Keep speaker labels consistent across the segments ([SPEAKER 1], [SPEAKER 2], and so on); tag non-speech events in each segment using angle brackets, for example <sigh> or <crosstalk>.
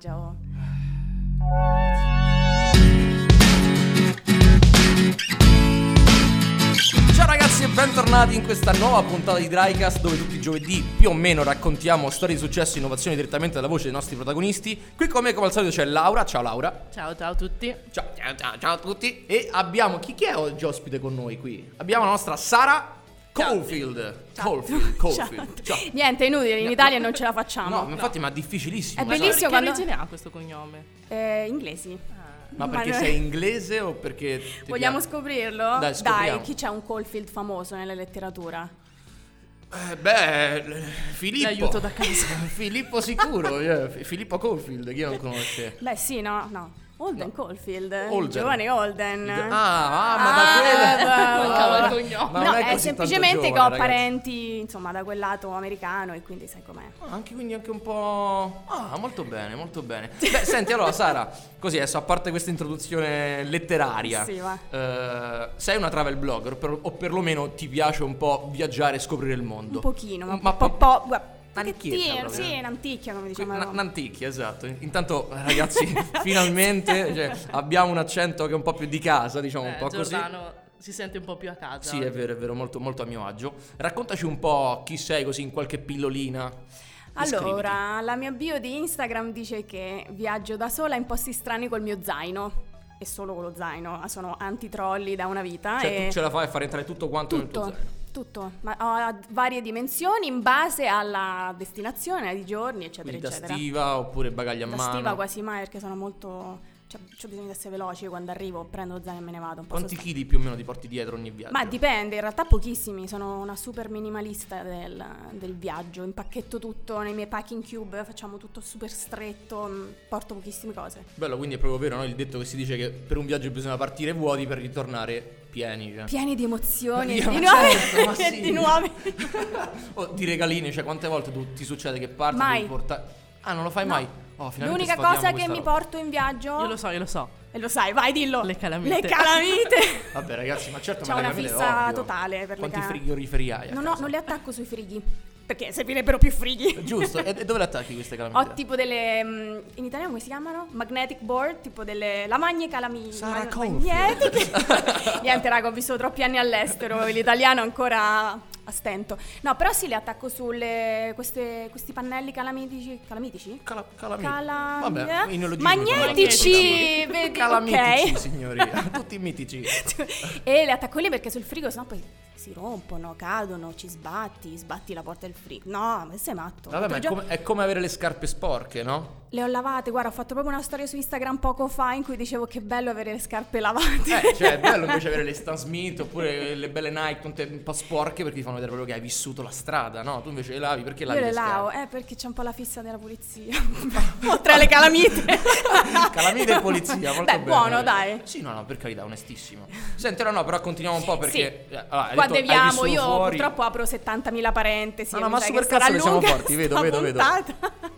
[SPEAKER 1] Joel.
[SPEAKER 2] Ciao ragazzi e bentornati in questa nuova puntata di Drycast dove tutti i giovedì più o meno raccontiamo storie di successo e innovazioni direttamente dalla voce dei nostri protagonisti. Qui con me come al solito c'è Laura, ciao Laura.
[SPEAKER 1] Ciao, ciao a tutti.
[SPEAKER 2] Ciao, ciao, ciao, ciao a tutti. E abbiamo chi, chi è oggi ospite con noi qui? Abbiamo la nostra Sara Caulfield. Caulfield, Caulfield. Ciao.
[SPEAKER 1] Niente, è inutile, in
[SPEAKER 2] No.
[SPEAKER 1] Italia non ce la facciamo.
[SPEAKER 2] No, ma infatti ma difficilissimo.
[SPEAKER 1] È bellissimo
[SPEAKER 3] Che
[SPEAKER 1] quando...
[SPEAKER 3] origine ha questo cognome?
[SPEAKER 1] Eh, inglesi.
[SPEAKER 2] Ma perché
[SPEAKER 1] noi-
[SPEAKER 2] sei inglese o perché ti
[SPEAKER 1] Vogliamo
[SPEAKER 2] piace?
[SPEAKER 1] scoprirlo?
[SPEAKER 2] Dai, scopriamo.
[SPEAKER 1] chi c'è un Caulfield famoso nella letteratura?
[SPEAKER 2] Eh, beh, l- Filippo.
[SPEAKER 3] L'aiuto da casa.
[SPEAKER 2] <laughs> Filippo sicuro, eh, F- Filippo Caulfield, chi non conosce?
[SPEAKER 1] Beh, sì, no, no. Holden Caulfield,
[SPEAKER 2] Holden.
[SPEAKER 1] il giovane Holden.
[SPEAKER 2] Ah, ah, ma
[SPEAKER 1] Ah, <laughs> vabbè.
[SPEAKER 2] da quella...
[SPEAKER 3] Mancava il cognome.
[SPEAKER 2] Ma
[SPEAKER 1] no,
[SPEAKER 2] non è
[SPEAKER 1] è
[SPEAKER 2] così
[SPEAKER 1] semplicemente
[SPEAKER 2] tanto
[SPEAKER 1] che ho
[SPEAKER 2] giovane, ragazzi.
[SPEAKER 1] parenti, insomma, da quel lato americano e quindi sai com'è.
[SPEAKER 2] Ah, anche quindi anche un po'... Ah, molto bene, molto bene. Beh, senti, allora Sara, così adesso, a parte questa introduzione letteraria,
[SPEAKER 1] Sì, va.
[SPEAKER 2] eh, sei una travel blogger o, per- o perlomeno ti piace un po' viaggiare e scoprire il mondo?
[SPEAKER 1] Un pochino, ma,
[SPEAKER 2] Ma
[SPEAKER 1] un po',
[SPEAKER 2] po-
[SPEAKER 1] po', guarda,
[SPEAKER 2] Antichietta
[SPEAKER 1] pochettino,
[SPEAKER 2] proprio.
[SPEAKER 1] sì, un'anticchia come diciamo. a
[SPEAKER 2] Na-
[SPEAKER 1] Roma.
[SPEAKER 2] Nanticchia, esatto. Intanto, ragazzi, <laughs> finalmente cioè, abbiamo un accento che è un po' più di casa, diciamo un
[SPEAKER 3] Eh,
[SPEAKER 2] po' così.
[SPEAKER 3] Giordano si sente un po' più a casa.
[SPEAKER 2] Sì, è vero, è vero, molto, molto a mio agio. Raccontaci un po' chi sei, così in qualche pillolina.
[SPEAKER 1] Allora, la mia bio di Instagram dice che viaggio da sola in posti strani col mio zaino. E solo con lo zaino, ah, sono antitrolli da una vita.
[SPEAKER 2] Descriviti.
[SPEAKER 1] Ah,
[SPEAKER 2] Cioè,
[SPEAKER 1] e
[SPEAKER 2] tu ce la fai a far entrare tutto quanto nel tuo
[SPEAKER 1] tutto,
[SPEAKER 2] zaino.
[SPEAKER 1] tutto, ma ho varie dimensioni in base alla destinazione, ai giorni, eccetera,
[SPEAKER 2] Quindi da
[SPEAKER 1] eccetera.
[SPEAKER 2] stiva oppure bagagli a
[SPEAKER 1] Da
[SPEAKER 2] mano.
[SPEAKER 1] stiva quasi mai perché sono molto. cioè, ho bisogno di essere veloce quando arrivo, prendo lo zaino e me ne vado. Un po'
[SPEAKER 2] Quanti
[SPEAKER 1] sostanza-
[SPEAKER 2] chili più o meno ti porti dietro ogni viaggio?
[SPEAKER 1] Ma dipende, in realtà pochissimi, sono una super minimalista del, del viaggio, impacchetto tutto nei miei packing cube, facciamo tutto super stretto, mh, porto pochissime cose.
[SPEAKER 2] Bello, quindi è proprio vero, no? Il detto che si dice che per un viaggio bisogna partire vuoti per ritornare pieni. Cioè.
[SPEAKER 1] Pieni di emozioni,
[SPEAKER 2] Io-
[SPEAKER 1] e di
[SPEAKER 2] ma
[SPEAKER 1] nuove...
[SPEAKER 2] certo, ma
[SPEAKER 1] <laughs> e
[SPEAKER 2] sì.
[SPEAKER 1] di nuove...
[SPEAKER 2] o di regalini, cioè quante volte tu- ti succede che parti
[SPEAKER 1] Mai.
[SPEAKER 2] devi portare... Ah, non lo fai
[SPEAKER 1] No.
[SPEAKER 2] mai? Oh, finalmente
[SPEAKER 1] L'unica
[SPEAKER 2] sfatiamo
[SPEAKER 1] cosa che
[SPEAKER 2] questa
[SPEAKER 1] mi
[SPEAKER 2] roba.
[SPEAKER 1] porto in viaggio...
[SPEAKER 3] Io lo so, io lo so.
[SPEAKER 1] E lo sai, vai dillo!
[SPEAKER 3] Le
[SPEAKER 1] Le
[SPEAKER 3] calamite.
[SPEAKER 1] calamite!
[SPEAKER 2] <laughs> Vabbè ragazzi, ma certo
[SPEAKER 1] C'ho
[SPEAKER 2] ma le
[SPEAKER 1] una
[SPEAKER 2] caramelle,
[SPEAKER 1] fissa
[SPEAKER 2] ovvio.
[SPEAKER 1] totale per le
[SPEAKER 2] Quanti
[SPEAKER 1] ca-
[SPEAKER 2] frigoriferi hai a
[SPEAKER 1] non, ho-
[SPEAKER 2] casa?
[SPEAKER 1] non le attacco sui frighi, perché servirebbero più frighi.
[SPEAKER 2] Giusto, e, e dove le attacchi queste calamite?
[SPEAKER 1] Ho tipo delle. mm, In italiano come si chiamano? Magnetic board, tipo delle lamagne calami.
[SPEAKER 2] Sarah
[SPEAKER 1] mag-
[SPEAKER 2] Caulfield.
[SPEAKER 1] magnetiche. Niente, raga, ho vissuto troppi anni all'estero. L'italiano ancora a stento. No, però sì, le attacco sulle. queste- questi pannelli calamitici. Calamitici? <laughs>
[SPEAKER 2] Cala, calamite.
[SPEAKER 1] Cala-
[SPEAKER 2] Vabbè, i neologismi
[SPEAKER 1] Magnetici,
[SPEAKER 2] sono-
[SPEAKER 1] vedi,
[SPEAKER 2] Calamitici,
[SPEAKER 1] ok. <laughs>
[SPEAKER 2] signori, Ah, tutti mitici.
[SPEAKER 1] e le attacco lì perché sul frigo, sennò poi si rompono, cadono, ci sbatti, sbatti la porta del frigo. No, ma sei matto.
[SPEAKER 2] Vabbè, ma
[SPEAKER 1] L'altro
[SPEAKER 2] è
[SPEAKER 1] giorno-
[SPEAKER 2] come, è come avere le scarpe sporche, no?
[SPEAKER 1] Le ho lavate, guarda, ho fatto proprio una storia su Instagram poco fa in cui dicevo che bello avere le scarpe lavate.
[SPEAKER 2] Eh, cioè è
[SPEAKER 1] <laughs>
[SPEAKER 2] bello invece avere le Stan Smith oppure le belle Nike tutte un po' sporche perché ti fanno vedere proprio che hai vissuto la strada, no? Tu invece le lavi perché
[SPEAKER 1] Io
[SPEAKER 2] lavi
[SPEAKER 1] le lavo,
[SPEAKER 2] scarpe?
[SPEAKER 1] eh, perché c'è un po' la fissa della
[SPEAKER 2] <laughs>
[SPEAKER 1] pulizia. Oltre alle calamite.
[SPEAKER 2] Calamite e polizia,
[SPEAKER 1] <laughs>
[SPEAKER 2] molto
[SPEAKER 1] Beh,
[SPEAKER 2] bene.
[SPEAKER 1] buono, dai.
[SPEAKER 2] Sì, no, no, per carità, onestissimo. Senti, no, no, però continuiamo un po' perché... eh, allora, hai
[SPEAKER 1] Qua
[SPEAKER 2] detto, hai
[SPEAKER 1] deviamo,
[SPEAKER 2] vissuto
[SPEAKER 1] io
[SPEAKER 2] fuori.
[SPEAKER 1] purtroppo apro 70.000 parentesi.
[SPEAKER 2] No, no,
[SPEAKER 1] mi
[SPEAKER 2] ma
[SPEAKER 1] sa
[SPEAKER 2] su
[SPEAKER 1] che
[SPEAKER 2] per cazzo
[SPEAKER 1] sarà
[SPEAKER 2] che siamo
[SPEAKER 1] lunga
[SPEAKER 2] forti, vedo,
[SPEAKER 1] <laughs> sta
[SPEAKER 2] vedo, vedo.
[SPEAKER 1] puntata.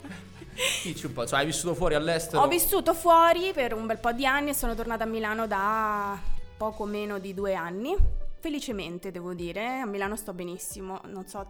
[SPEAKER 2] Dici un po', cioè, hai vissuto fuori all'estero?
[SPEAKER 1] Ho vissuto fuori per un bel po' di anni e sono tornata a Milano da poco meno di due anni. Felicemente, devo dire, a Milano sto benissimo. Non so,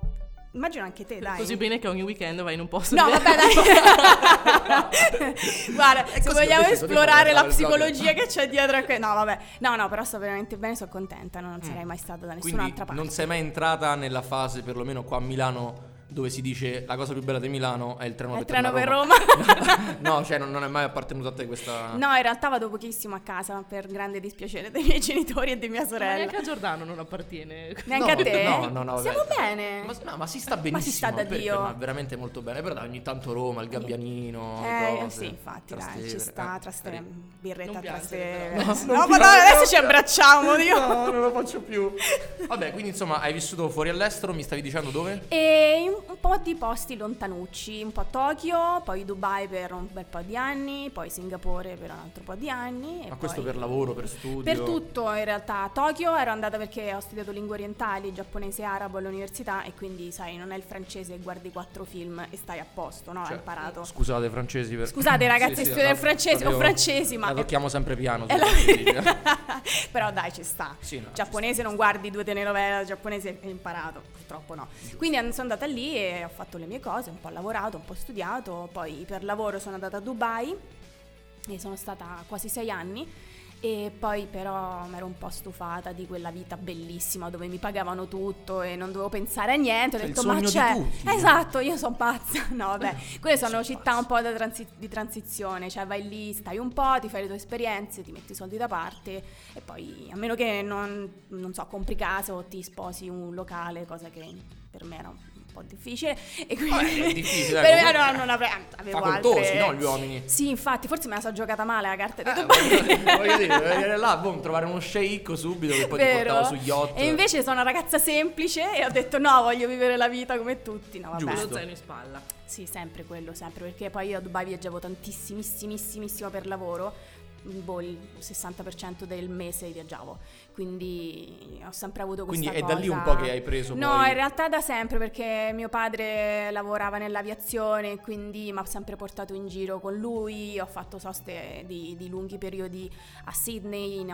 [SPEAKER 1] immagino anche te, Eh, dai.
[SPEAKER 3] Così bene che ogni weekend vai in un posto
[SPEAKER 2] Esatto.
[SPEAKER 1] No,
[SPEAKER 3] diverso.
[SPEAKER 1] vabbè,
[SPEAKER 3] <laughs>
[SPEAKER 2] <laughs>
[SPEAKER 1] dai. Guarda,
[SPEAKER 2] È
[SPEAKER 1] se vogliamo
[SPEAKER 2] così, ho deciso di esatto.
[SPEAKER 1] esplorare la
[SPEAKER 2] guardare il blog.
[SPEAKER 1] psicologia che c'è dietro a que- No, vabbè. No, no, però sto veramente bene, sono contenta, non sarei mai stata da
[SPEAKER 2] Mm. Quindi
[SPEAKER 1] nessun'altra parte.
[SPEAKER 2] non sei mai entrata nella fase, perlomeno qua a Milano, dove si dice la cosa più bella di Milano è il treno
[SPEAKER 1] È il
[SPEAKER 2] per
[SPEAKER 1] treno per
[SPEAKER 2] tornare a
[SPEAKER 1] Roma. <laughs>
[SPEAKER 2] <laughs> no, cioè non, non è mai appartenuta a te questa...
[SPEAKER 1] No, in realtà vado pochissimo a casa per grande dispiacere dei miei genitori e di mia
[SPEAKER 3] Ma
[SPEAKER 1] sorella.
[SPEAKER 3] neanche a Giordano non appartiene.
[SPEAKER 1] Neanche a
[SPEAKER 2] No,
[SPEAKER 1] te?
[SPEAKER 2] No, no, no. vabbè.
[SPEAKER 1] Siamo bene.
[SPEAKER 2] Ma, no, ma si sta benissimo.
[SPEAKER 1] eh. Ma si sta da
[SPEAKER 2] perché?
[SPEAKER 1] Dio.
[SPEAKER 2] Ma veramente molto bene. Però dai, ogni tanto Roma, il Gabbianino. le
[SPEAKER 1] Eh,
[SPEAKER 2] cose,
[SPEAKER 1] sì, infatti, dai, ci
[SPEAKER 2] Trastevere,
[SPEAKER 1] sta,
[SPEAKER 2] eh,
[SPEAKER 1] Trastevere,
[SPEAKER 2] carino.
[SPEAKER 1] birretta
[SPEAKER 3] Non
[SPEAKER 1] Trastevere.
[SPEAKER 3] piangere,
[SPEAKER 1] No,
[SPEAKER 2] però. No,
[SPEAKER 1] no,
[SPEAKER 2] <laughs> non
[SPEAKER 1] madonna,
[SPEAKER 2] piangere.
[SPEAKER 1] adesso ci abbracciamo, Dio.
[SPEAKER 2] No, non lo
[SPEAKER 1] <laughs>
[SPEAKER 2] faccio più. Vabbè, quindi insomma, hai vissuto fuori all'estero, mi stavi dicendo dove?
[SPEAKER 1] E in un po' di posti lontanucci, un po' Tokyo, poi Dubai per un bel po' di anni, poi Singapore per un altro po' di anni. e
[SPEAKER 2] Ma questo
[SPEAKER 1] poi-
[SPEAKER 2] per lavoro, per studio?
[SPEAKER 1] Per tutto in realtà, a Tokyo ero andata perché ho studiato lingue orientali, giapponese e arabo all'università e quindi sai, non è il francese che guardi quattro film e stai a posto, no?
[SPEAKER 2] Cioè,
[SPEAKER 1] Hai imparato.
[SPEAKER 2] Scusate, francesi. Per... <laughs>
[SPEAKER 1] Scusate ragazzi, studio
[SPEAKER 2] la-
[SPEAKER 1] il francese, o
[SPEAKER 2] proprio-
[SPEAKER 1] francesi, ma...
[SPEAKER 2] La tocchiamo sempre piano.
[SPEAKER 1] è la-
[SPEAKER 2] se si dice.
[SPEAKER 1] <laughs> Però dai, ci sta.
[SPEAKER 2] Sì, no, ci
[SPEAKER 1] giapponese non guardi due telenovela, giapponese è imparato, purtroppo no. Quindi an- sono andata lì e invece ho fatto le mie cose, un po' lavorato, un po' studiato, poi per lavoro sono andata a Dubai e sono stata quasi sei anni e poi però mi ero un po' stufata di quella vita bellissima dove mi pagavano tutto e non dovevo pensare a niente, ho
[SPEAKER 2] Cioè, il
[SPEAKER 1] detto ma
[SPEAKER 2] sogno di
[SPEAKER 1] c'è,
[SPEAKER 2] tutti."
[SPEAKER 1] esatto, io sono pazza, <laughs> no vabbè, quelle sono
[SPEAKER 2] Sono
[SPEAKER 1] città
[SPEAKER 2] pazza.
[SPEAKER 1] un po' da transi- di transizione, cioè vai lì, stai un po', ti fai le tue esperienze, ti metti i soldi da parte e poi a meno che non, non so, compri casa o ti sposi un locale, cosa che per me era un po' difficile e quindi
[SPEAKER 2] Vabbè, è difficile,
[SPEAKER 1] <laughs> per
[SPEAKER 2] ecco,
[SPEAKER 1] me
[SPEAKER 2] comunque,
[SPEAKER 1] no, non avrei eh, avevo
[SPEAKER 2] facoltosi,
[SPEAKER 1] altre-
[SPEAKER 2] no, gli uomini?
[SPEAKER 1] Sì, infatti, forse me la so giocata male la carta di
[SPEAKER 2] Eh,
[SPEAKER 1] Dubai. <laughs>
[SPEAKER 2] voglio- voglio dire, voglio dire, là, boom, trovare uno sceicco subito che poi ti
[SPEAKER 1] Vero.
[SPEAKER 2] portava su yacht.
[SPEAKER 1] E invece sono una ragazza semplice e ho detto no, voglio vivere la vita come tutti. No, vabbè.
[SPEAKER 2] Giusto.
[SPEAKER 3] Lo zaino in spalla.
[SPEAKER 1] Sì, sempre quello, sempre, perché poi io a Dubai viaggiavo tantissimissimissimo per lavoro, boh, il 60% del mese viaggiavo, quindi ho sempre avuto
[SPEAKER 2] Quindi
[SPEAKER 1] questa
[SPEAKER 2] è da lì un
[SPEAKER 1] cosa-
[SPEAKER 2] po' che hai preso
[SPEAKER 1] No,
[SPEAKER 2] poi...
[SPEAKER 1] in realtà da sempre perché mio padre lavorava nell'aviazione, quindi mi ha sempre portato in giro con lui, ho fatto soste di, di lunghi periodi a Sydney, in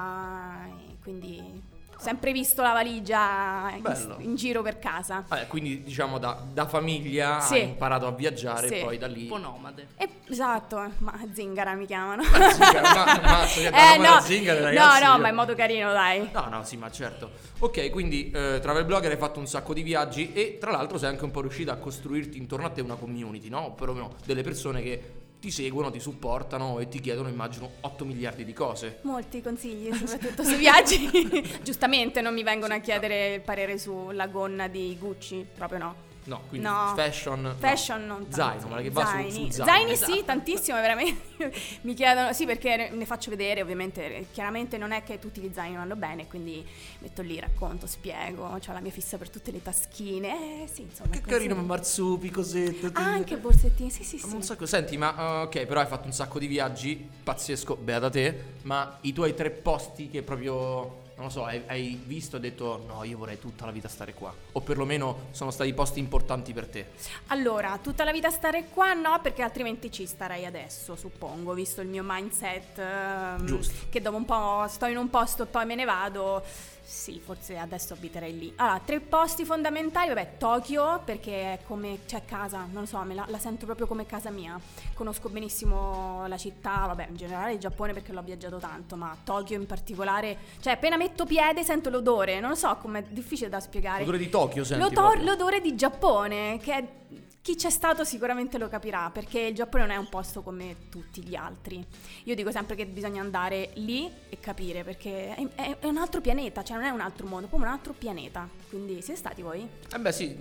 [SPEAKER 1] America, e quindi ho sempre visto la valigia in,
[SPEAKER 2] Bello.
[SPEAKER 1] in giro per casa.
[SPEAKER 2] Vabbè, quindi diciamo da, da famiglia
[SPEAKER 1] Sì.
[SPEAKER 2] hai imparato a viaggiare e
[SPEAKER 1] Sì.
[SPEAKER 2] poi da lì... <laughs>
[SPEAKER 3] Un po' nomade.
[SPEAKER 1] E- esatto, ma zingara mi chiamano. <laughs>
[SPEAKER 2] Zingara, cioè, ma- mazza, che da
[SPEAKER 1] Eh,
[SPEAKER 2] Roma alla
[SPEAKER 1] no,
[SPEAKER 2] zingara, ragazzi,
[SPEAKER 1] no, no,
[SPEAKER 2] io-
[SPEAKER 1] ma in modo carino, dai.
[SPEAKER 2] No, no, sì, ma certo. Ok, quindi eh, travel blogger hai fatto un sacco di viaggi e tra l'altro sei anche un po' riuscita a costruirti intorno a te una community, no? O perlomeno delle persone che ti seguono, ti supportano e ti chiedono, immagino, 8 miliardi di cose.
[SPEAKER 1] Molti
[SPEAKER 2] <laughs>
[SPEAKER 1] consigli, soprattutto sui viaggi. <laughs> Giustamente non mi vengono a chiedere il parere sulla gonna di Gucci, proprio no.
[SPEAKER 2] No, quindi
[SPEAKER 1] No.
[SPEAKER 2] fashion... no.
[SPEAKER 1] Fashion non tanto.
[SPEAKER 2] Zaino, ma che va su, su
[SPEAKER 1] Zaini.
[SPEAKER 2] zaino.
[SPEAKER 1] Zaini sì,
[SPEAKER 3] Esatto.
[SPEAKER 1] tantissimo, veramente. <laughs> Mi chiedono, sì, perché ne- ne faccio vedere, ovviamente. eh, Chiaramente non è che tutti gli zaini vanno bene, quindi metto lì, racconto, spiego. Ho la mia fissa per tutte le taschine. Eh, sì, insomma.
[SPEAKER 2] Che
[SPEAKER 1] penso-
[SPEAKER 2] carino, ma marsupi, cosette...
[SPEAKER 1] Ah, anche borsettini, sì, sì,
[SPEAKER 2] Ma Un
[SPEAKER 1] sì.
[SPEAKER 2] sacco, senti, ma eh, ok, però hai fatto un sacco di viaggi, pazzesco, beata te, ma i tuoi tre posti che proprio, non lo so, hai, hai visto e detto no, io vorrei tutta la vita stare qua, o perlomeno sono stati posti importanti per te.
[SPEAKER 1] Allora, tutta la vita stare qua no, perché altrimenti ci starei adesso, suppongo, visto il mio mindset. ehm,
[SPEAKER 2] Giusto.
[SPEAKER 1] Che dopo un po' sto in un posto e poi me ne vado. Sì, forse adesso abiterei lì. Allora, tre posti fondamentali, vabbè, Tokyo, perché è come c'è casa, non lo so, me la, la sento proprio come casa mia. Conosco benissimo la città, vabbè, in generale il Giappone perché l'ho viaggiato tanto, ma Tokyo in particolare, cioè appena metto piede sento l'odore, non lo so com'è difficile da spiegare.
[SPEAKER 2] L'odore di Tokyo, senti.
[SPEAKER 1] L'odo-
[SPEAKER 2] proprio.
[SPEAKER 1] l'odore di Giappone, che è- chi c'è stato sicuramente lo capirà, perché il Giappone non è un posto come tutti gli altri. Io dico sempre che bisogna andare lì e capire, perché è, è- è un altro pianeta, cioè non è un altro mondo, è proprio un altro pianeta. Quindi siete stati voi?
[SPEAKER 2] Eh beh sì,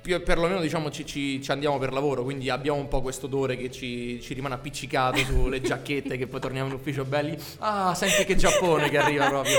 [SPEAKER 2] più- perlomeno diciamo ci, ci- ci andiamo per lavoro, quindi abbiamo un po' questo odore che ci, ci
[SPEAKER 1] <laughs>
[SPEAKER 2] rimane appiccicato sulle giacchette che poi torniamo in ufficio belli. Ah, senti che Giappone che arriva proprio.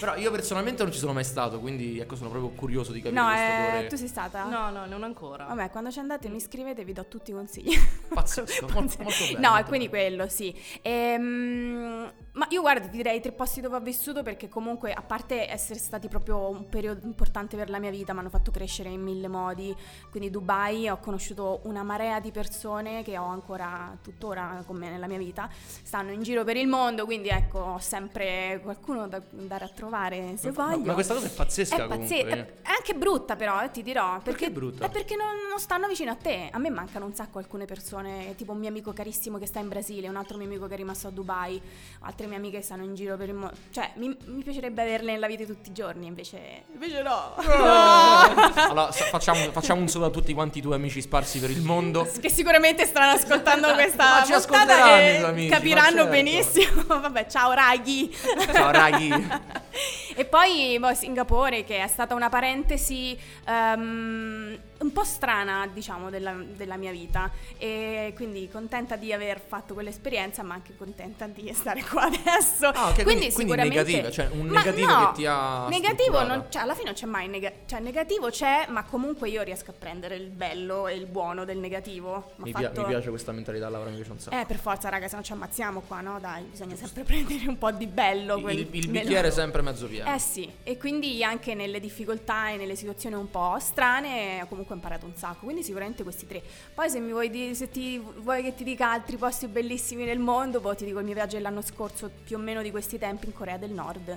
[SPEAKER 2] Però io personalmente non ci sono mai stato, quindi ecco sono proprio curioso di
[SPEAKER 1] <laughs>
[SPEAKER 2] capire
[SPEAKER 1] No,
[SPEAKER 2] Cioè, questo
[SPEAKER 1] eh,
[SPEAKER 2] odore.
[SPEAKER 1] tu sei stata?
[SPEAKER 3] No, no, non ancora.
[SPEAKER 1] Vabbè, quando ci andate mi scrivete e vi do tutti i consigli.
[SPEAKER 2] Pazzesco, mol- molto, bello.
[SPEAKER 1] No, e
[SPEAKER 2] molto
[SPEAKER 1] quindi
[SPEAKER 2] bello.
[SPEAKER 1] quello, sì. Ehm, ma io guarda, ti direi tre posti dove ho vissuto perché comunque, a parte essere stati proprio un periodo importante per la mia vita, mi hanno fatto crescere in mille modi. Quindi Dubai ho conosciuto una marea di persone che ho ancora tuttora con me nella mia vita. Stanno in giro per il mondo, quindi ecco, ho sempre qualcuno da andare a trovare se
[SPEAKER 2] Ma- ma-
[SPEAKER 1] voglio.
[SPEAKER 2] Ma questa cosa è pazzesca
[SPEAKER 1] È pazzesco,
[SPEAKER 2] comunque.
[SPEAKER 1] <laughs>
[SPEAKER 2] eh.
[SPEAKER 1] è anche brutta però, eh, ti dirò. Perché,
[SPEAKER 2] è brutta?
[SPEAKER 1] È perché non, non stanno vicino a te. A me mancano un sacco alcune persone, tipo un mio amico carissimo che sta in Brasile, un altro mio amico che è rimasto a Dubai, altre mie amiche che stanno in giro per il mondo. Cioè, mi, mi piacerebbe averle nella vita di tutti i giorni, invece... Invece no!
[SPEAKER 2] <laughs> Allora, sa- facciamo, facciamo un saluto a tutti quanti i tuoi amici sparsi per il mondo.
[SPEAKER 1] <laughs> Che sicuramente stanno ascoltando questa
[SPEAKER 2] Ma ci
[SPEAKER 1] puntata
[SPEAKER 2] ascolteranno
[SPEAKER 1] e
[SPEAKER 2] i tuoi amici, ma
[SPEAKER 1] capiranno
[SPEAKER 2] certo.
[SPEAKER 1] benissimo. <laughs> Vabbè, ciao raghi. <laughs>
[SPEAKER 2] Ciao raghi.
[SPEAKER 1] E poi boh, Singapore, che è stata una parentesi ehm, un po' strana, diciamo, della, della mia vita. E quindi contenta di aver fatto quell'esperienza, ma anche contenta di stare qua <laughs> adesso.
[SPEAKER 2] Ah, ok, quindi- quindi
[SPEAKER 1] sicuramente-
[SPEAKER 2] negativa, cioè un
[SPEAKER 1] Ma
[SPEAKER 2] negativo
[SPEAKER 1] no,
[SPEAKER 2] che ti ha
[SPEAKER 1] Negativo,
[SPEAKER 2] strutturata.
[SPEAKER 1] non, cioè, alla fine non c'è mai nega- cioè, negativo c'è, ma comunque io riesco a prendere il bello e il buono del negativo. M'ha
[SPEAKER 2] Mi, pia-
[SPEAKER 1] fatto-
[SPEAKER 2] mi piace questa mentalità, Laura, mi piace un sacco.
[SPEAKER 1] Eh, per forza, raga, se non ci ammazziamo qua, no? Dai, bisogna sempre <laughs> prendere un po' di bello.
[SPEAKER 2] Il-
[SPEAKER 1] quel-
[SPEAKER 2] il, il
[SPEAKER 1] nel- <laughs>
[SPEAKER 2] bicchiere è sempre mezzo pieno.
[SPEAKER 3] Certo.
[SPEAKER 1] eh sì, e quindi anche nelle difficoltà e nelle situazioni un po' strane ho comunque imparato un sacco, quindi sicuramente questi tre. Poi se mi vuoi di- se ti vuoi che ti dica altri posti bellissimi nel mondo, poi ti dico il mio viaggio dell'anno scorso, più o meno di questi tempi in Corea del Nord,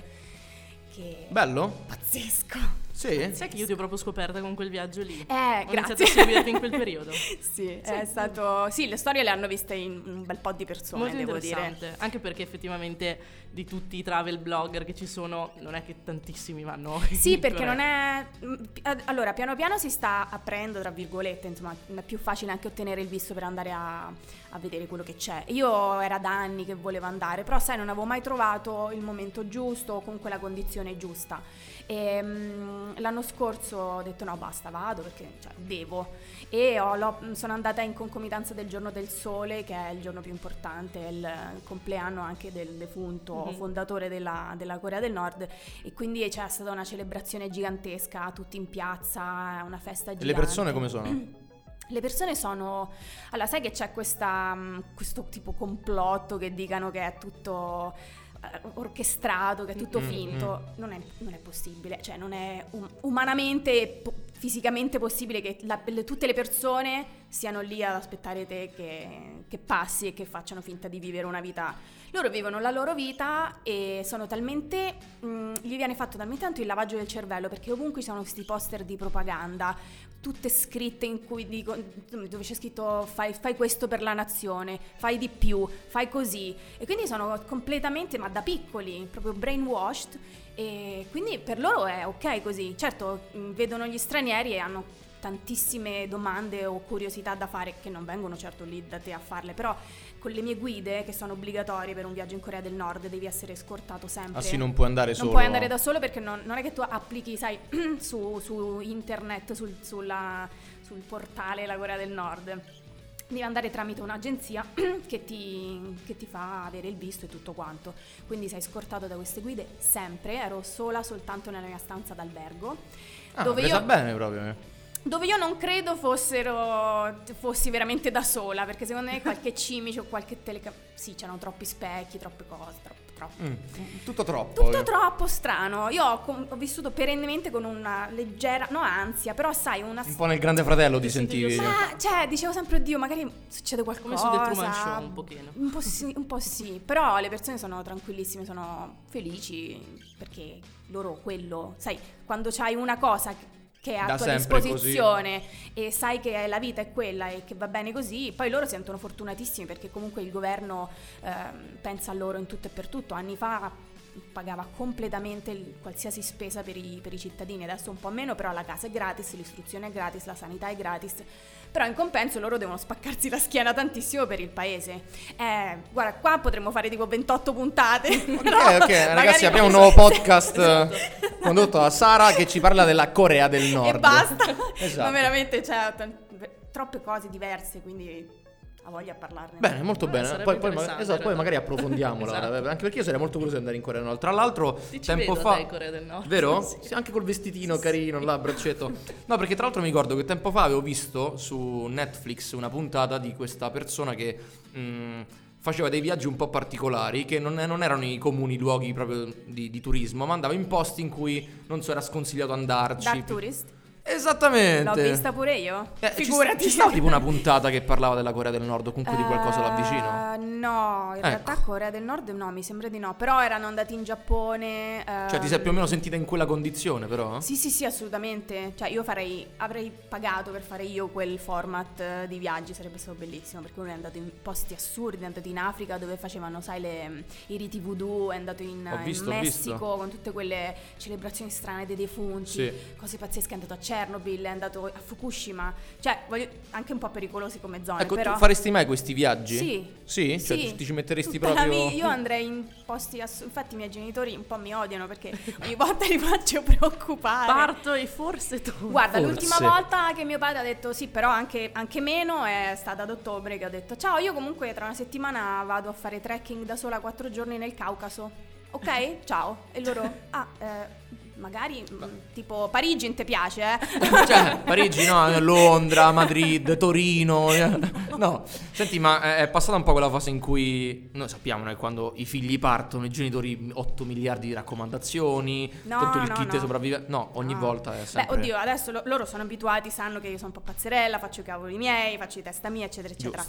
[SPEAKER 1] che
[SPEAKER 2] Bello?
[SPEAKER 1] pazzesco.
[SPEAKER 2] Sì?
[SPEAKER 3] Sai che io ti ho proprio scoperta con quel viaggio lì?
[SPEAKER 1] Eh,
[SPEAKER 3] Ho iniziato
[SPEAKER 1] grazie.
[SPEAKER 3] a
[SPEAKER 1] <laughs>
[SPEAKER 3] seguirti in quel periodo.
[SPEAKER 1] sì, è stato... Sì, le storie le hanno viste in un bel po' di persone,
[SPEAKER 3] Molto
[SPEAKER 1] devo dire.
[SPEAKER 3] interessante, anche perché effettivamente di tutti i travel blogger che ci sono, non è che tantissimi vanno.
[SPEAKER 1] Sì,
[SPEAKER 3] Cioè.
[SPEAKER 1] perché non è. mh, pi- ad- Allora, piano piano si sta aprendo, tra virgolette, insomma, è più facile anche ottenere il visto per andare a, a vedere quello che c'è. Io era da anni che volevo andare, però, sai, non avevo mai trovato il momento giusto o comunque la condizione giusta. E, mh, l'anno scorso ho detto no, basta, vado perché cioè, devo. E ho- l'ho- mh, sono andata in concomitanza del giorno del sole, che è il giorno più importante, è il compleanno anche del defunto
[SPEAKER 3] Mhm.
[SPEAKER 1] fondatore della- della Corea del Nord. E quindi c'è stata una celebrazione gigantesca, tutti in piazza, una festa
[SPEAKER 2] E
[SPEAKER 1] gigante.
[SPEAKER 2] le persone
[SPEAKER 1] <clears throat>
[SPEAKER 2] come sono?
[SPEAKER 1] Le persone sono... Allora, sai che c'è questa, mh, questo tipo complotto che dicano che è tutto eh, orchestrato, che è tutto
[SPEAKER 2] Mm,
[SPEAKER 1] finto. Non, è, non è possibile, cioè non è um- umanamente e po- fisicamente possibile che la- le- tutte le persone siano lì ad aspettare te che, che passi e che facciano finta di vivere una vita. Loro vivono la loro vita e sono talmente... mh, gli viene fatto talmente tanto il lavaggio del cervello perché ovunque ci sono questi poster di propaganda tutte scritte in cui dico, dove c'è scritto fai, fai questo per la nazione, fai di più, fai così. E quindi sono completamente, ma da piccoli, proprio brainwashed. E quindi per loro è ok così. Certo, mh, vedono gli stranieri e hanno tantissime domande o curiosità da fare che non vengono certo lì da te a farle, però con le mie guide che sono obbligatorie per un viaggio in Corea del Nord devi essere scortato sempre.
[SPEAKER 2] Ah sì, non puoi andare solo.
[SPEAKER 1] Non puoi andare da solo perché non, non è che tu applichi, sai, <clears throat> su, su internet, sul, sulla- sul portale La Corea del Nord. Devi andare tramite un'agenzia <clears throat> che ti, che ti fa avere il visto e tutto quanto. Quindi sei scortato da queste guide sempre. Ero sola soltanto nella mia stanza d'albergo.
[SPEAKER 2] Ah,
[SPEAKER 1] dove
[SPEAKER 2] presa
[SPEAKER 1] io-
[SPEAKER 2] bene proprio. eh.
[SPEAKER 1] Dove io non credo fossero fossi veramente da sola, perché secondo me qualche cimice o qualche telecamera. Sì, c'erano troppi specchi, troppe cose, troppo, troppo.
[SPEAKER 2] Mm, Tutto troppo.
[SPEAKER 1] Tutto troppo strano. Io ho, com- ho vissuto perennemente con una leggera, no ansia, però sai, una...
[SPEAKER 2] Un po' nel grande fratello ti
[SPEAKER 3] Ti sentivi
[SPEAKER 2] sentivi.
[SPEAKER 3] sempre-
[SPEAKER 1] Ma, cioè, dicevo sempre, oddio, magari succede qualcosa.
[SPEAKER 3] Come su The Truman Show, un pochino.
[SPEAKER 1] Un po' sì, un po' sì. però le persone sono tranquillissime, sono felici, perché loro quello, sai, quando c'hai una cosa che è a
[SPEAKER 2] Da
[SPEAKER 1] tua
[SPEAKER 2] sempre
[SPEAKER 1] disposizione e sai che la vita è quella e che va bene così, poi loro si sentono fortunatissimi perché comunque il governo ehm, pensa a loro in tutto e per tutto. Anni fa pagava completamente il- qualsiasi spesa per i, per i cittadini, adesso un po' meno, però la casa è gratis, l'istruzione è gratis, la sanità è gratis, però in compenso loro devono spaccarsi la schiena tantissimo per il paese. Eh, guarda, qua potremmo fare tipo 28 puntate. <laughs> però
[SPEAKER 2] Ok, ok,
[SPEAKER 1] magari
[SPEAKER 2] ragazzi,
[SPEAKER 1] non
[SPEAKER 2] abbiamo un
[SPEAKER 1] so- Esatto.
[SPEAKER 2] nuovo
[SPEAKER 1] <laughs>
[SPEAKER 2] podcast eh, condotto da Sara che ci parla della Corea del Nord.
[SPEAKER 1] e basta.
[SPEAKER 2] Esatto.
[SPEAKER 1] Ma veramente, cioè, t- troppe cose diverse, quindi ha voglia a parlarne.
[SPEAKER 2] Bene, molto
[SPEAKER 3] Eh,
[SPEAKER 2] bene.
[SPEAKER 3] sarebbe
[SPEAKER 2] Poi, poi
[SPEAKER 3] interessante,
[SPEAKER 2] ma- esatto,
[SPEAKER 3] in
[SPEAKER 2] poi
[SPEAKER 3] realtà.
[SPEAKER 2] magari approfondiamola.
[SPEAKER 3] Esatto.
[SPEAKER 2] guarda, Anche perché io sarei molto curioso di andare in Corea del Nord. Tra l'altro,
[SPEAKER 3] Ti ci
[SPEAKER 2] tempo
[SPEAKER 3] vedo,
[SPEAKER 2] fa.
[SPEAKER 3] te, in Corea del Nord.
[SPEAKER 2] Vero?
[SPEAKER 3] <laughs> Sì.
[SPEAKER 2] Sì, anche col vestitino carino, là, braccetto. No, perché tra l'altro mi ricordo che tempo fa avevo visto su Netflix una puntata di questa persona che mh, faceva dei viaggi un po' particolari, che non, non erano i comuni luoghi proprio di, di turismo, ma andava in posti in cui non so, era sconsigliato andarci.
[SPEAKER 1] Dark Tourist?
[SPEAKER 2] Esattamente.
[SPEAKER 1] L'ho vista pure io.
[SPEAKER 2] Eh, ci-
[SPEAKER 1] Figurati.
[SPEAKER 2] Ci stava tipo una puntata che parlava della Corea del Nord, comunque di qualcosa là vicino.
[SPEAKER 1] Eh, no, in
[SPEAKER 2] Ecco.
[SPEAKER 1] realtà Corea del Nord no, mi sembra di no. Però erano andati in Giappone. ehm,
[SPEAKER 2] Cioè, ti sei più o meno sentita in quella condizione, però?
[SPEAKER 1] Sì, sì, sì, assolutamente. Cioè, io farei, avrei pagato per fare io quel format eh, di viaggi, sarebbe stato bellissimo, perché uno è andato in posti assurdi, è andato in Africa dove facevano, sai, le- i riti voodoo, è andato in,
[SPEAKER 2] Ho
[SPEAKER 1] in
[SPEAKER 2] visto, ho
[SPEAKER 1] Messico
[SPEAKER 2] visto.
[SPEAKER 1] con tutte quelle celebrazioni strane dei defunti, cose pazzesche, è andato a Chernobyl, è andato a Fukushima, cioè, voglio, anche un po' pericolosi come zone,
[SPEAKER 2] Ecco,
[SPEAKER 1] però...
[SPEAKER 2] tu faresti mai questi viaggi?
[SPEAKER 1] Sì.
[SPEAKER 2] Sì? Cioè,
[SPEAKER 1] Sì.
[SPEAKER 2] ti ci metteresti
[SPEAKER 1] Tutta la
[SPEAKER 2] proprio...
[SPEAKER 1] mi- io andrei in posti ass- infatti i miei genitori un po' mi odiano perché ogni volta li faccio <laughs> preoccupare.
[SPEAKER 3] Parto e forse tu.
[SPEAKER 1] Guarda,
[SPEAKER 2] Forse.
[SPEAKER 1] l'ultima volta che mio padre ha detto sì, però anche, anche meno è stata ad ottobre che ho detto ciao, io comunque tra una settimana vado a fare trekking da sola quattro giorni nel Caucaso. Ok, ciao. E loro, ah, eh, magari mh, tipo Parigi non ti piace,
[SPEAKER 2] <laughs>
[SPEAKER 1] eh?
[SPEAKER 2] <laughs> cioè, Parigi, no?
[SPEAKER 1] <laughs>
[SPEAKER 2] Londra, Madrid, Torino. eh, No. Senti, ma è- è passata un po' quella fase in cui noi sappiamo, no, quando i figli partono, i genitori 8 miliardi di raccomandazioni,
[SPEAKER 1] No,
[SPEAKER 2] tutto il
[SPEAKER 1] no,
[SPEAKER 2] kit
[SPEAKER 1] no.
[SPEAKER 2] sopravvive. No, ogni
[SPEAKER 1] No.
[SPEAKER 2] volta è sempre
[SPEAKER 1] Ah. Beh, oddio, adesso lo- loro sono abituati, sanno che io sono un po' pazzerella, faccio i cavoli miei, faccio di testa mia, eccetera, eccetera.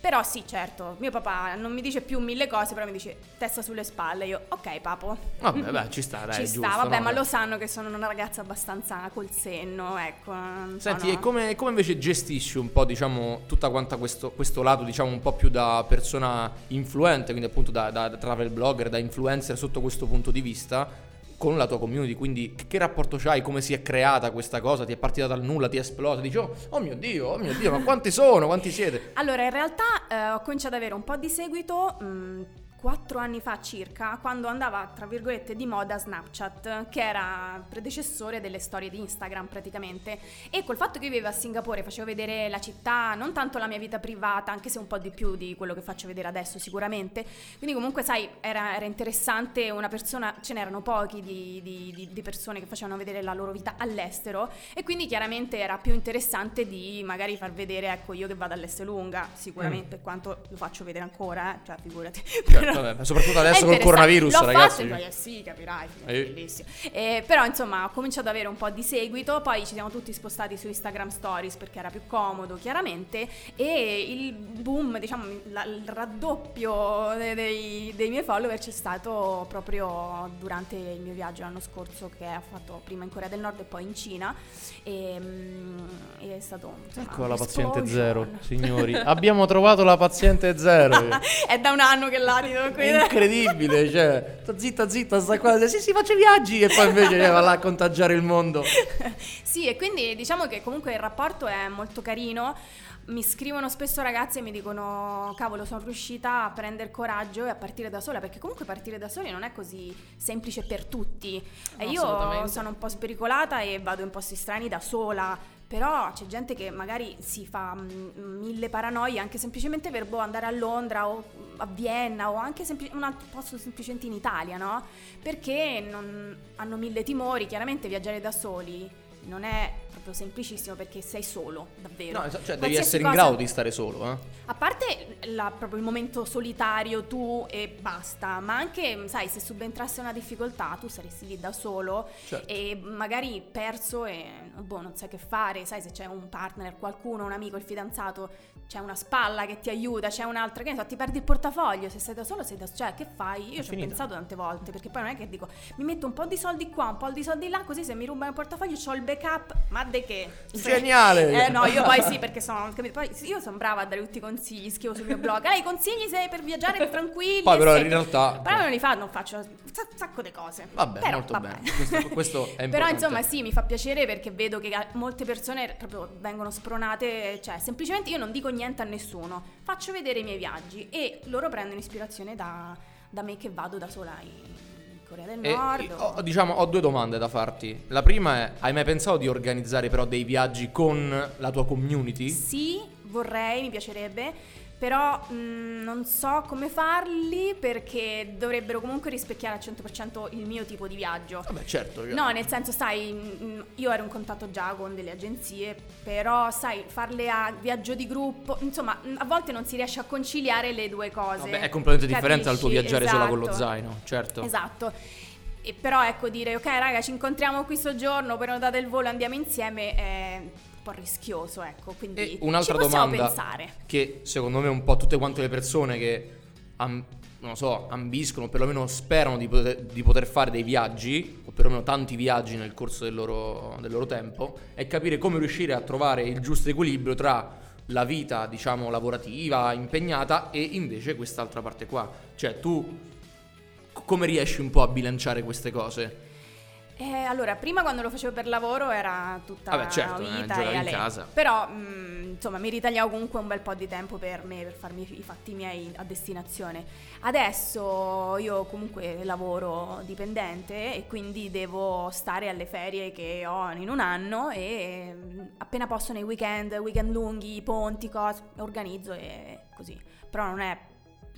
[SPEAKER 1] Però sì, certo, mio papà non mi dice più mille cose, però mi dice testa sulle spalle. Io, ok papo.
[SPEAKER 2] Vabbè, beh, ci sta, dai,
[SPEAKER 1] Ci
[SPEAKER 2] è
[SPEAKER 1] sta,
[SPEAKER 2] giusto,
[SPEAKER 1] vabbè,
[SPEAKER 2] no?
[SPEAKER 1] ma lo sanno che sono una ragazza abbastanza col senno, ecco. non so,
[SPEAKER 2] Senti,
[SPEAKER 1] no.
[SPEAKER 2] e come, come invece gestisci un po', diciamo, tutta quanta questo, questo lato, diciamo, un po' più da persona influente, quindi appunto da, da- da travel blogger, da influencer sotto questo punto di vista, con la tua community? Quindi che, che rapporto c'hai? Come si è creata questa cosa? Ti è partita dal nulla, ti è esplosa? Dici, oh, oh mio Dio, oh mio Dio, ma quanti sono? Quanti siete?
[SPEAKER 1] Allora, in realtà eh, ho cominciato ad avere un po' di seguito. mh, Quattro anni fa circa, quando andava tra virgolette di moda Snapchat, che era predecessore delle storie di Instagram praticamente. E col fatto che io vivevo a Singapore, facevo vedere la città, non tanto la mia vita privata, anche se un po' di più di quello che faccio vedere adesso sicuramente. Quindi comunque, sai, era, era interessante una persona, ce n'erano pochi di, di- di- di persone che facevano vedere la loro vita all'estero e quindi chiaramente era più interessante di magari far vedere, ecco, io che vado all'Esselunga, sicuramente, per quanto lo faccio vedere ancora, eh, cioè figurati.
[SPEAKER 2] Mm.
[SPEAKER 1] <laughs>
[SPEAKER 2] Certo,
[SPEAKER 1] Però-
[SPEAKER 2] vabbè, soprattutto
[SPEAKER 1] è
[SPEAKER 2] adesso col
[SPEAKER 1] interessante.
[SPEAKER 2] coronavirus,
[SPEAKER 1] L'ho
[SPEAKER 2] ragazzi.
[SPEAKER 1] Fatto, e poi, eh, sì, capirai, figa,
[SPEAKER 2] Eh.
[SPEAKER 1] bellissimo. Eh, però insomma ho cominciato ad avere un po' di seguito, poi ci siamo tutti spostati su Instagram Stories perché era più comodo chiaramente e il boom, diciamo la- il raddoppio de- dei, dei miei follower c'è stato proprio durante il mio viaggio l'anno scorso che ho fatto prima in Corea del Nord e poi in Cina e, mm, è stato... insomma,
[SPEAKER 2] Ecco la paziente
[SPEAKER 1] <laughs>
[SPEAKER 2] zero,
[SPEAKER 1] un'explosion.
[SPEAKER 2] signori. Abbiamo trovato la paziente
[SPEAKER 1] <laughs>
[SPEAKER 2] zero.
[SPEAKER 1] è da un anno che l'arido qui.
[SPEAKER 2] È incredibile, cioè, sta zitta zitta, sta qua, sì sì faccio viaggi e poi invece eh, va là a contagiare il mondo.
[SPEAKER 1] <laughs> Sì, e quindi diciamo che comunque il rapporto è molto carino. Mi scrivono spesso ragazze e mi dicono: cavolo, sono riuscita a prendere coraggio e a partire da sola, perché comunque partire da soli non è così semplice per tutti. E
[SPEAKER 3] No,
[SPEAKER 1] io
[SPEAKER 3] assolutamente.
[SPEAKER 1] sono un po' spericolata e vado in posti strani da sola. Però c'è gente che magari si fa mh, mille paranoie anche semplicemente per boh, andare a Londra o a Vienna o anche sempli- un altro posto semplicemente in Italia, no? perché non- hanno mille timori, chiaramente viaggiare da soli non è proprio semplicissimo perché sei solo, davvero.
[SPEAKER 2] No, es- cioè devi
[SPEAKER 1] Qualsiasi
[SPEAKER 2] essere in
[SPEAKER 1] cosa-
[SPEAKER 2] grado di stare solo, eh.
[SPEAKER 1] A parte la- proprio il momento solitario tu e basta, ma anche, sai, se subentrasse una difficoltà tu saresti lì da solo
[SPEAKER 2] Certo.
[SPEAKER 1] e magari perso e boh, non sai che fare, sai se c'è un partner, qualcuno, un amico, il fidanzato, c'è una spalla che ti aiuta, c'è un'altra che ne so, ti perdi il portafoglio, se sei da solo sei da solo, cioè che fai? Io
[SPEAKER 2] È
[SPEAKER 1] ci ho
[SPEAKER 2] finita.
[SPEAKER 1] pensato tante volte perché poi non è che dico mi metto un po' di soldi qua, un po' di soldi là, così se mi rubano il portafoglio ho il backup, ma de che?
[SPEAKER 2] Geniale!
[SPEAKER 1] Eh no, io poi sì, perché sono. capito? Poi sì, io sono brava a dare tutti i consigli, scrivo sul mio blog. Ah, i consigli se per viaggiare tranquilli.
[SPEAKER 2] Poi però
[SPEAKER 1] se-
[SPEAKER 2] in realtà
[SPEAKER 1] Però non li fa, non faccio un sa- sacco di cose.
[SPEAKER 2] Vabbè,
[SPEAKER 1] Però,
[SPEAKER 2] molto
[SPEAKER 1] vabbè.
[SPEAKER 2] bene. Questo- questo
[SPEAKER 1] <laughs>
[SPEAKER 2] è
[SPEAKER 1] Però
[SPEAKER 2] importante.
[SPEAKER 1] insomma sì, mi fa piacere perché vedo che a- molte persone proprio vengono spronate, cioè semplicemente io non dico niente a nessuno, faccio vedere i miei viaggi e loro prendono ispirazione da, da me che vado da sola in in Corea del
[SPEAKER 2] E- e
[SPEAKER 1] Nord. o-
[SPEAKER 2] ho, diciamo, ho due domande da farti. La prima è, hai mai pensato di organizzare però dei viaggi con la tua community?
[SPEAKER 1] Sì, vorrei, mi piacerebbe, però mh, non so come farli perché dovrebbero comunque rispecchiare al 100% il mio tipo di viaggio.
[SPEAKER 2] Vabbè, certo. io-
[SPEAKER 1] No, nel senso, sai, mh, io ero in contatto già con delle agenzie, però, sai, farle a viaggio di gruppo, insomma, mh, a volte non si riesce a conciliare le due cose.
[SPEAKER 2] Vabbè, è completamente differente dal tuo
[SPEAKER 1] Capisci?
[SPEAKER 2] viaggiare solo con lo
[SPEAKER 1] Esatto.
[SPEAKER 2] zaino, certo.
[SPEAKER 1] Esatto. E però ecco dire ok raga ci incontriamo qui soggiorno, prenotate il volo, andiamo insieme è un po' rischioso ecco, quindi
[SPEAKER 2] E un'altra
[SPEAKER 1] ci possiamo
[SPEAKER 2] domanda
[SPEAKER 1] pensare.
[SPEAKER 2] che secondo me un po' tutte quante le persone che am- non lo so, ambiscono, perlomeno sperano di poter, di poter fare dei viaggi, o perlomeno tanti viaggi nel corso del loro, del loro tempo, è capire come riuscire a trovare il giusto equilibrio tra la vita, diciamo, lavorativa, impegnata e invece quest'altra parte qua. Cioè, tu c- come riesci un po' a bilanciare queste cose?
[SPEAKER 1] Eh, allora, prima quando lo facevo per lavoro era tutta
[SPEAKER 2] Vabbè, certo, eh,
[SPEAKER 1] vita
[SPEAKER 2] giocavi
[SPEAKER 1] e
[SPEAKER 2] in
[SPEAKER 1] ale-
[SPEAKER 2] casa.
[SPEAKER 1] Però, mh, insomma, mi ritagliavo comunque un bel po' di tempo per me, per farmi i fatti miei a destinazione. Adesso io comunque lavoro dipendente e quindi devo stare alle ferie che ho in un anno e mh, appena posso nei weekend, weekend lunghi, ponti, cose, organizzo e così. Però non è...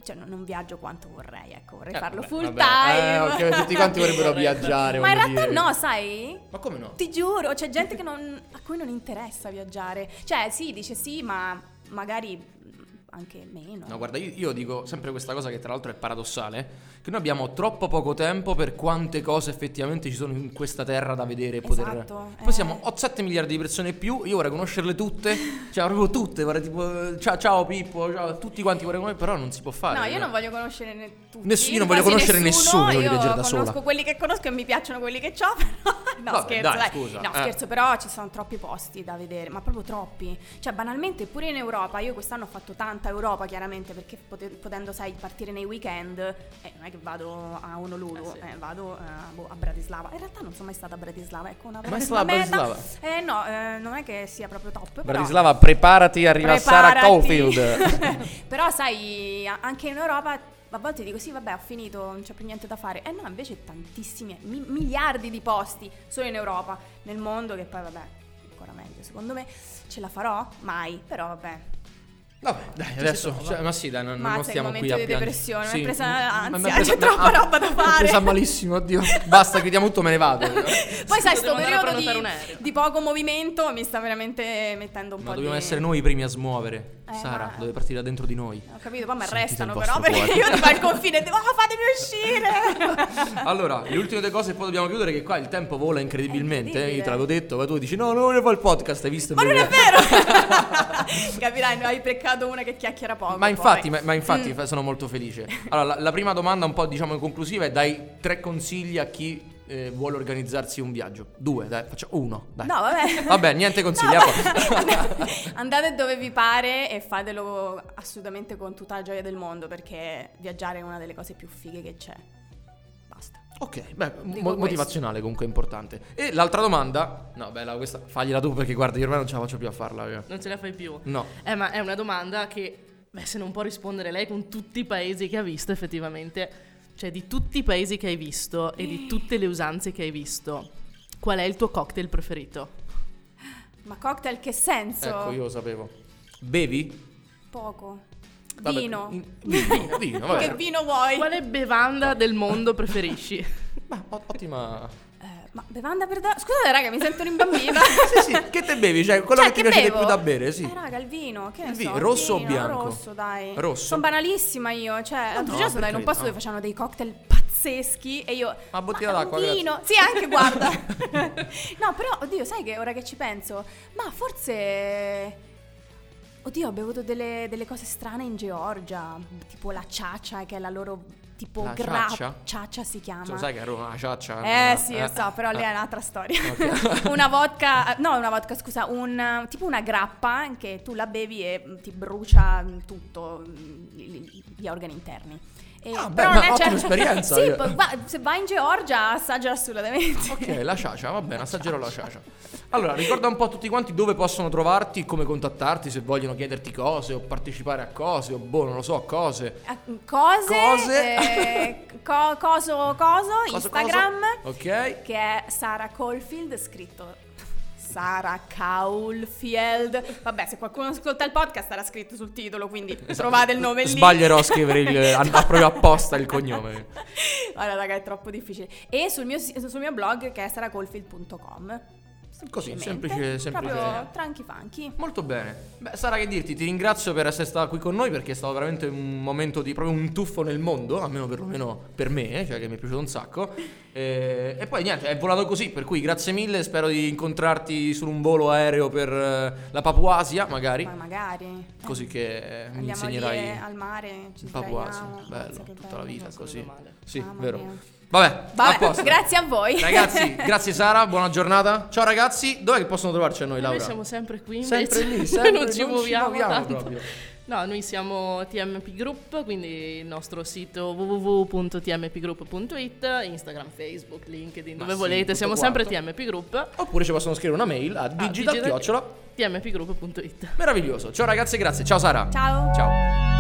[SPEAKER 1] Cioè, non- non viaggio quanto vorrei, ecco, vorrei
[SPEAKER 2] Eh,
[SPEAKER 1] farlo
[SPEAKER 2] vabbè,
[SPEAKER 1] full time.
[SPEAKER 2] vabbè. Eh, ok, tutti
[SPEAKER 1] <laughs>
[SPEAKER 2] quanti vorrebbero viaggiare,
[SPEAKER 1] Ma in
[SPEAKER 2] voglio
[SPEAKER 1] realtà
[SPEAKER 2] dire.
[SPEAKER 1] no, sai?
[SPEAKER 2] Ma come no?
[SPEAKER 1] Ti giuro, c'è gente che non- a cui non interessa viaggiare. Cioè, sì, dice sì, ma magari mm, anche meno.
[SPEAKER 2] No, guarda, io, io dico sempre questa cosa che tra l'altro è paradossale, che noi abbiamo troppo poco tempo per quante cose effettivamente ci sono in questa terra da vedere e poter...
[SPEAKER 1] Esatto,
[SPEAKER 2] Poi
[SPEAKER 1] eh.
[SPEAKER 2] siamo ho 7 miliardi di persone in più, io vorrei conoscerle tutte, cioè proprio tutte, vorrei tipo eh, ciao, ciao Pippo, ciao, tutti quanti vorrei conoscere, però non si può fare.
[SPEAKER 1] No, io non voglio conoscere ne- tutti.
[SPEAKER 2] Nessuno- io non voglio
[SPEAKER 1] quasi
[SPEAKER 2] conoscere nessuno, io voglio
[SPEAKER 1] io
[SPEAKER 2] leggere da
[SPEAKER 1] conosco
[SPEAKER 2] sola.
[SPEAKER 1] quelli che conosco e mi piacciono quelli che ho, <laughs> però... No,
[SPEAKER 2] Vabbè,
[SPEAKER 1] scherzo,
[SPEAKER 2] dai,
[SPEAKER 1] dai.
[SPEAKER 2] scusa,
[SPEAKER 1] No,
[SPEAKER 2] eh.
[SPEAKER 1] scherzo, però ci sono troppi posti da vedere, ma proprio troppi. Cioè, banalmente, pure in Europa, io quest'anno ho fatto tanta Europa, chiaramente, perché pote- potendo, sai, partire nei weekend, eh, non è che vado a Honolulu,
[SPEAKER 3] Eh, sì.
[SPEAKER 1] eh, vado eh, boh, a Bratislava. In realtà non sono mai stata a Bratislava, ecco, una
[SPEAKER 2] Ma è stata a
[SPEAKER 1] meta.
[SPEAKER 2] Bratislava?
[SPEAKER 1] Eh, no, eh, non è che sia proprio top, però...
[SPEAKER 2] Bratislava, preparati, arriva Sara
[SPEAKER 1] Preparati. <laughs>
[SPEAKER 2] <laughs> Caulfield.
[SPEAKER 1] Però sai, a- anche in Europa a volte dico sì, vabbè, ho finito, non c'è più niente da fare. E no, invece tantissimi, mi- miliardi di posti solo in Europa, nel mondo che poi vabbè, ancora meglio. Secondo me ce la farò? Mai, però vabbè.
[SPEAKER 2] Vabbè, dai, adesso. cioè, ma sì, dai, non,
[SPEAKER 1] Mazza,
[SPEAKER 2] non stiamo
[SPEAKER 1] il
[SPEAKER 2] qui a
[SPEAKER 1] momento di
[SPEAKER 2] piangere.
[SPEAKER 1] depressione, mi
[SPEAKER 2] Sì,
[SPEAKER 1] è presa
[SPEAKER 2] m-
[SPEAKER 1] ansia,
[SPEAKER 2] mi ha
[SPEAKER 1] c'è
[SPEAKER 2] <laughs>
[SPEAKER 1] troppa
[SPEAKER 2] ah,
[SPEAKER 1] roba da
[SPEAKER 2] mi ha
[SPEAKER 1] fare.
[SPEAKER 2] presa malissimo, oddio. Basta, chiudiamo tutto, me
[SPEAKER 1] <laughs>
[SPEAKER 2] ne vado.
[SPEAKER 1] Poi sai,
[SPEAKER 3] devo
[SPEAKER 1] sto
[SPEAKER 3] andare a
[SPEAKER 1] periodo
[SPEAKER 3] prenotare un aereo.
[SPEAKER 1] di, di poco movimento mi sta veramente mettendo un
[SPEAKER 2] Ma
[SPEAKER 1] po'
[SPEAKER 2] dobbiamo
[SPEAKER 1] di...
[SPEAKER 2] essere noi i primi a smuovere.
[SPEAKER 1] Eh,
[SPEAKER 2] Sara,
[SPEAKER 1] ma-
[SPEAKER 2] deve partire da dentro di noi.
[SPEAKER 1] <laughs> Ho capito, poi mi
[SPEAKER 2] Sentite
[SPEAKER 1] arrestano
[SPEAKER 2] il
[SPEAKER 1] però <laughs>
[SPEAKER 2] vostro
[SPEAKER 1] perché
[SPEAKER 2] cuore.
[SPEAKER 1] io devo al confine, devo, oh, fatemi
[SPEAKER 2] <laughs>
[SPEAKER 1] uscire!
[SPEAKER 2] Allora, le ultime due cose, e poi dobbiamo chiudere. Che qua il tempo vola
[SPEAKER 1] È
[SPEAKER 2] incredibilmente. eh, Io te
[SPEAKER 1] incredibile.
[SPEAKER 2] l'avevo detto, ma tu dici: No, non ne fa il podcast. Hai visto?
[SPEAKER 1] Ma non è
[SPEAKER 2] Perché-
[SPEAKER 1] vero! <laughs>
[SPEAKER 2] <laughs>
[SPEAKER 1] Capirai, ne hai peccato una che chiacchiera poco.
[SPEAKER 2] Ma
[SPEAKER 1] poi.
[SPEAKER 2] infatti, ma, ma
[SPEAKER 1] Mm.
[SPEAKER 2] infatti fa- sono molto felice. Allora, la, la prima domanda, un po' diciamo conclusiva, è: dai tre consigli a chi eh, vuole organizzarsi un viaggio. Due, dai, faccio uno. Dai.
[SPEAKER 1] No, vabbè.
[SPEAKER 2] Vabbè, niente consigli.
[SPEAKER 1] <laughs> No,
[SPEAKER 2] a posto.
[SPEAKER 1] ma- Andate dove vi pare e fatelo assolutamente con tutta la gioia del mondo perché viaggiare è una delle cose più fighe che c'è. Basta.
[SPEAKER 2] Ok, beh, mo-
[SPEAKER 1] questo.
[SPEAKER 2] motivazionale comunque è importante. E l'altra domanda, no, bella, questa fagliela tu perché guarda, io ormai non ce la faccio più a farla. raga.
[SPEAKER 3] Non ce la fai più.
[SPEAKER 2] No.
[SPEAKER 3] Eh, ma è una domanda che, beh, se non può rispondere lei con tutti i paesi che ha visto, effettivamente, cioè di tutti i paesi che hai visto e di tutte le usanze che hai visto, qual è il tuo cocktail preferito?
[SPEAKER 1] Ma cocktail che senso?
[SPEAKER 2] Ecco, io lo sapevo. Bevi?
[SPEAKER 1] Poco.
[SPEAKER 2] Vabbè,
[SPEAKER 1] Vino.
[SPEAKER 2] in- vino, vino, vabbè.
[SPEAKER 1] Che vino vuoi?
[SPEAKER 3] Quale bevanda del mondo preferisci?
[SPEAKER 2] Ma o- ottima.
[SPEAKER 1] Eh, ma bevanda per... da- Scusate raga, mi sento rimbambita.
[SPEAKER 2] <laughs> sì, sì, che te bevi? Cioè, quello
[SPEAKER 1] Cioè,
[SPEAKER 2] che ti piace di
[SPEAKER 1] bevo?
[SPEAKER 2] più da bere, sì.
[SPEAKER 1] Eh, raga, il vino, che ne
[SPEAKER 2] Il
[SPEAKER 1] so,
[SPEAKER 2] vino, rosso o
[SPEAKER 1] vino,
[SPEAKER 2] bianco?
[SPEAKER 1] Rosso, dai.
[SPEAKER 2] Rosso?
[SPEAKER 1] Sono banalissima io, cioè, l'altro
[SPEAKER 2] no,
[SPEAKER 1] giorno sono
[SPEAKER 2] per
[SPEAKER 1] andata in un
[SPEAKER 2] carità.
[SPEAKER 1] posto dove facevano dei cocktail pazzeschi e io
[SPEAKER 2] Una bottiglia
[SPEAKER 1] ma
[SPEAKER 2] d'acqua,
[SPEAKER 1] un vino. Sì,
[SPEAKER 2] <laughs>
[SPEAKER 1] anche guarda. <laughs> no, però oddio, sai che ora che ci penso, ma forse Oddio, ho bevuto delle, delle cose strane in Georgia, tipo la ciaccia che è la loro tipo
[SPEAKER 2] La
[SPEAKER 1] gra-
[SPEAKER 2] ciaccia? Cioè,
[SPEAKER 1] ciaccia si chiama.
[SPEAKER 2] Tu lo sai che ero una ciaccia.
[SPEAKER 1] Eh
[SPEAKER 2] no?
[SPEAKER 1] sì, lo so, però lì è un'altra storia.
[SPEAKER 2] Ok.
[SPEAKER 1] <laughs> una vodka, no, una vodka, scusa, un, tipo una grappa che tu la bevi e mm, ti brucia mm, tutto, mm, gli gli organi interni. E-
[SPEAKER 2] Ah, beh,
[SPEAKER 1] però
[SPEAKER 2] ma
[SPEAKER 1] non è
[SPEAKER 2] ottima
[SPEAKER 1] certo-
[SPEAKER 2] esperienza,
[SPEAKER 1] sì,
[SPEAKER 2] io.
[SPEAKER 1] poi va- se vai in Georgia assaggia assolutamente.
[SPEAKER 2] <laughs> Ok, la ciacia, va bene, assaggerò la ciacia. Allora, ricorda un po' a tutti quanti dove possono trovarti, come contattarti, se vogliono chiederti cose o partecipare a cose o boh, non lo so, cose.
[SPEAKER 1] Ah, <laughs> Cose,
[SPEAKER 2] Cose.
[SPEAKER 1] eh, co- coso, coso,
[SPEAKER 2] Cosa, cosa?
[SPEAKER 1] Instagram,
[SPEAKER 2] Ok.
[SPEAKER 1] che è Sara Caulfield, scritto Sara Caulfield. Vabbè, se qualcuno ascolta il podcast sarà scritto sul titolo, quindi trovate il nome lì.
[SPEAKER 2] Esatto. Sbaglierò a scrivere
[SPEAKER 1] <laughs>
[SPEAKER 2] il, a- a- proprio apposta il cognome.
[SPEAKER 1] Guarda, raga, è troppo difficile. E sul mio, si- sul mio blog che è saracolfield.com.
[SPEAKER 2] Così, semplice, semplice.
[SPEAKER 1] Proprio tranchi funky.
[SPEAKER 2] Molto bene. Beh, Sara, che dirti? Ti ringrazio per essere stata qui con noi perché è stato veramente un momento di proprio un tuffo nel mondo, almeno perlomeno per me, eh, cioè che mi è piaciuto un sacco. Eh, e poi niente, è volato così, per cui grazie mille, spero di incontrarti su un volo aereo per eh, la Papuasia, magari,
[SPEAKER 1] Ma magari. eh,
[SPEAKER 2] così che eh,
[SPEAKER 1] andiamo
[SPEAKER 2] mi insegnerai
[SPEAKER 1] lì eh, al mare, ci
[SPEAKER 2] il Papuasia.
[SPEAKER 1] sdraiamo.
[SPEAKER 2] Bello,
[SPEAKER 1] Pensa che
[SPEAKER 2] tutta
[SPEAKER 1] bello.
[SPEAKER 2] la vita
[SPEAKER 3] Non so
[SPEAKER 2] così.
[SPEAKER 3] come male.
[SPEAKER 2] Sì,
[SPEAKER 1] Mamma
[SPEAKER 2] vero.
[SPEAKER 1] mia.
[SPEAKER 2] Vabbè, a
[SPEAKER 1] Vabbè, <laughs>
[SPEAKER 2] posto.
[SPEAKER 1] grazie a voi.
[SPEAKER 2] Ragazzi, grazie Sara, buona giornata. Ciao ragazzi, dov'è che possono trovarci a noi, <laughs> Laura?
[SPEAKER 3] Noi siamo sempre qui, invece.
[SPEAKER 2] Sempre lì, sempre,
[SPEAKER 3] <laughs> non ci muoviamo, tanto.
[SPEAKER 2] proprio.
[SPEAKER 3] No, noi siamo TMP Group, quindi il nostro sito www.tmpgroup.it, Instagram, Facebook, LinkedIn,
[SPEAKER 2] Ma
[SPEAKER 3] dove
[SPEAKER 2] sì,
[SPEAKER 3] volete,
[SPEAKER 2] tutto
[SPEAKER 3] siamo
[SPEAKER 2] quanto.
[SPEAKER 3] sempre TMP Group.
[SPEAKER 2] Oppure ci possono scrivere una mail a digital
[SPEAKER 3] digital- tmpgroup.it.
[SPEAKER 2] Meraviglioso. Ciao ragazzi, grazie. Ciao Sara.
[SPEAKER 1] <laughs> Ciao.
[SPEAKER 2] Ciao.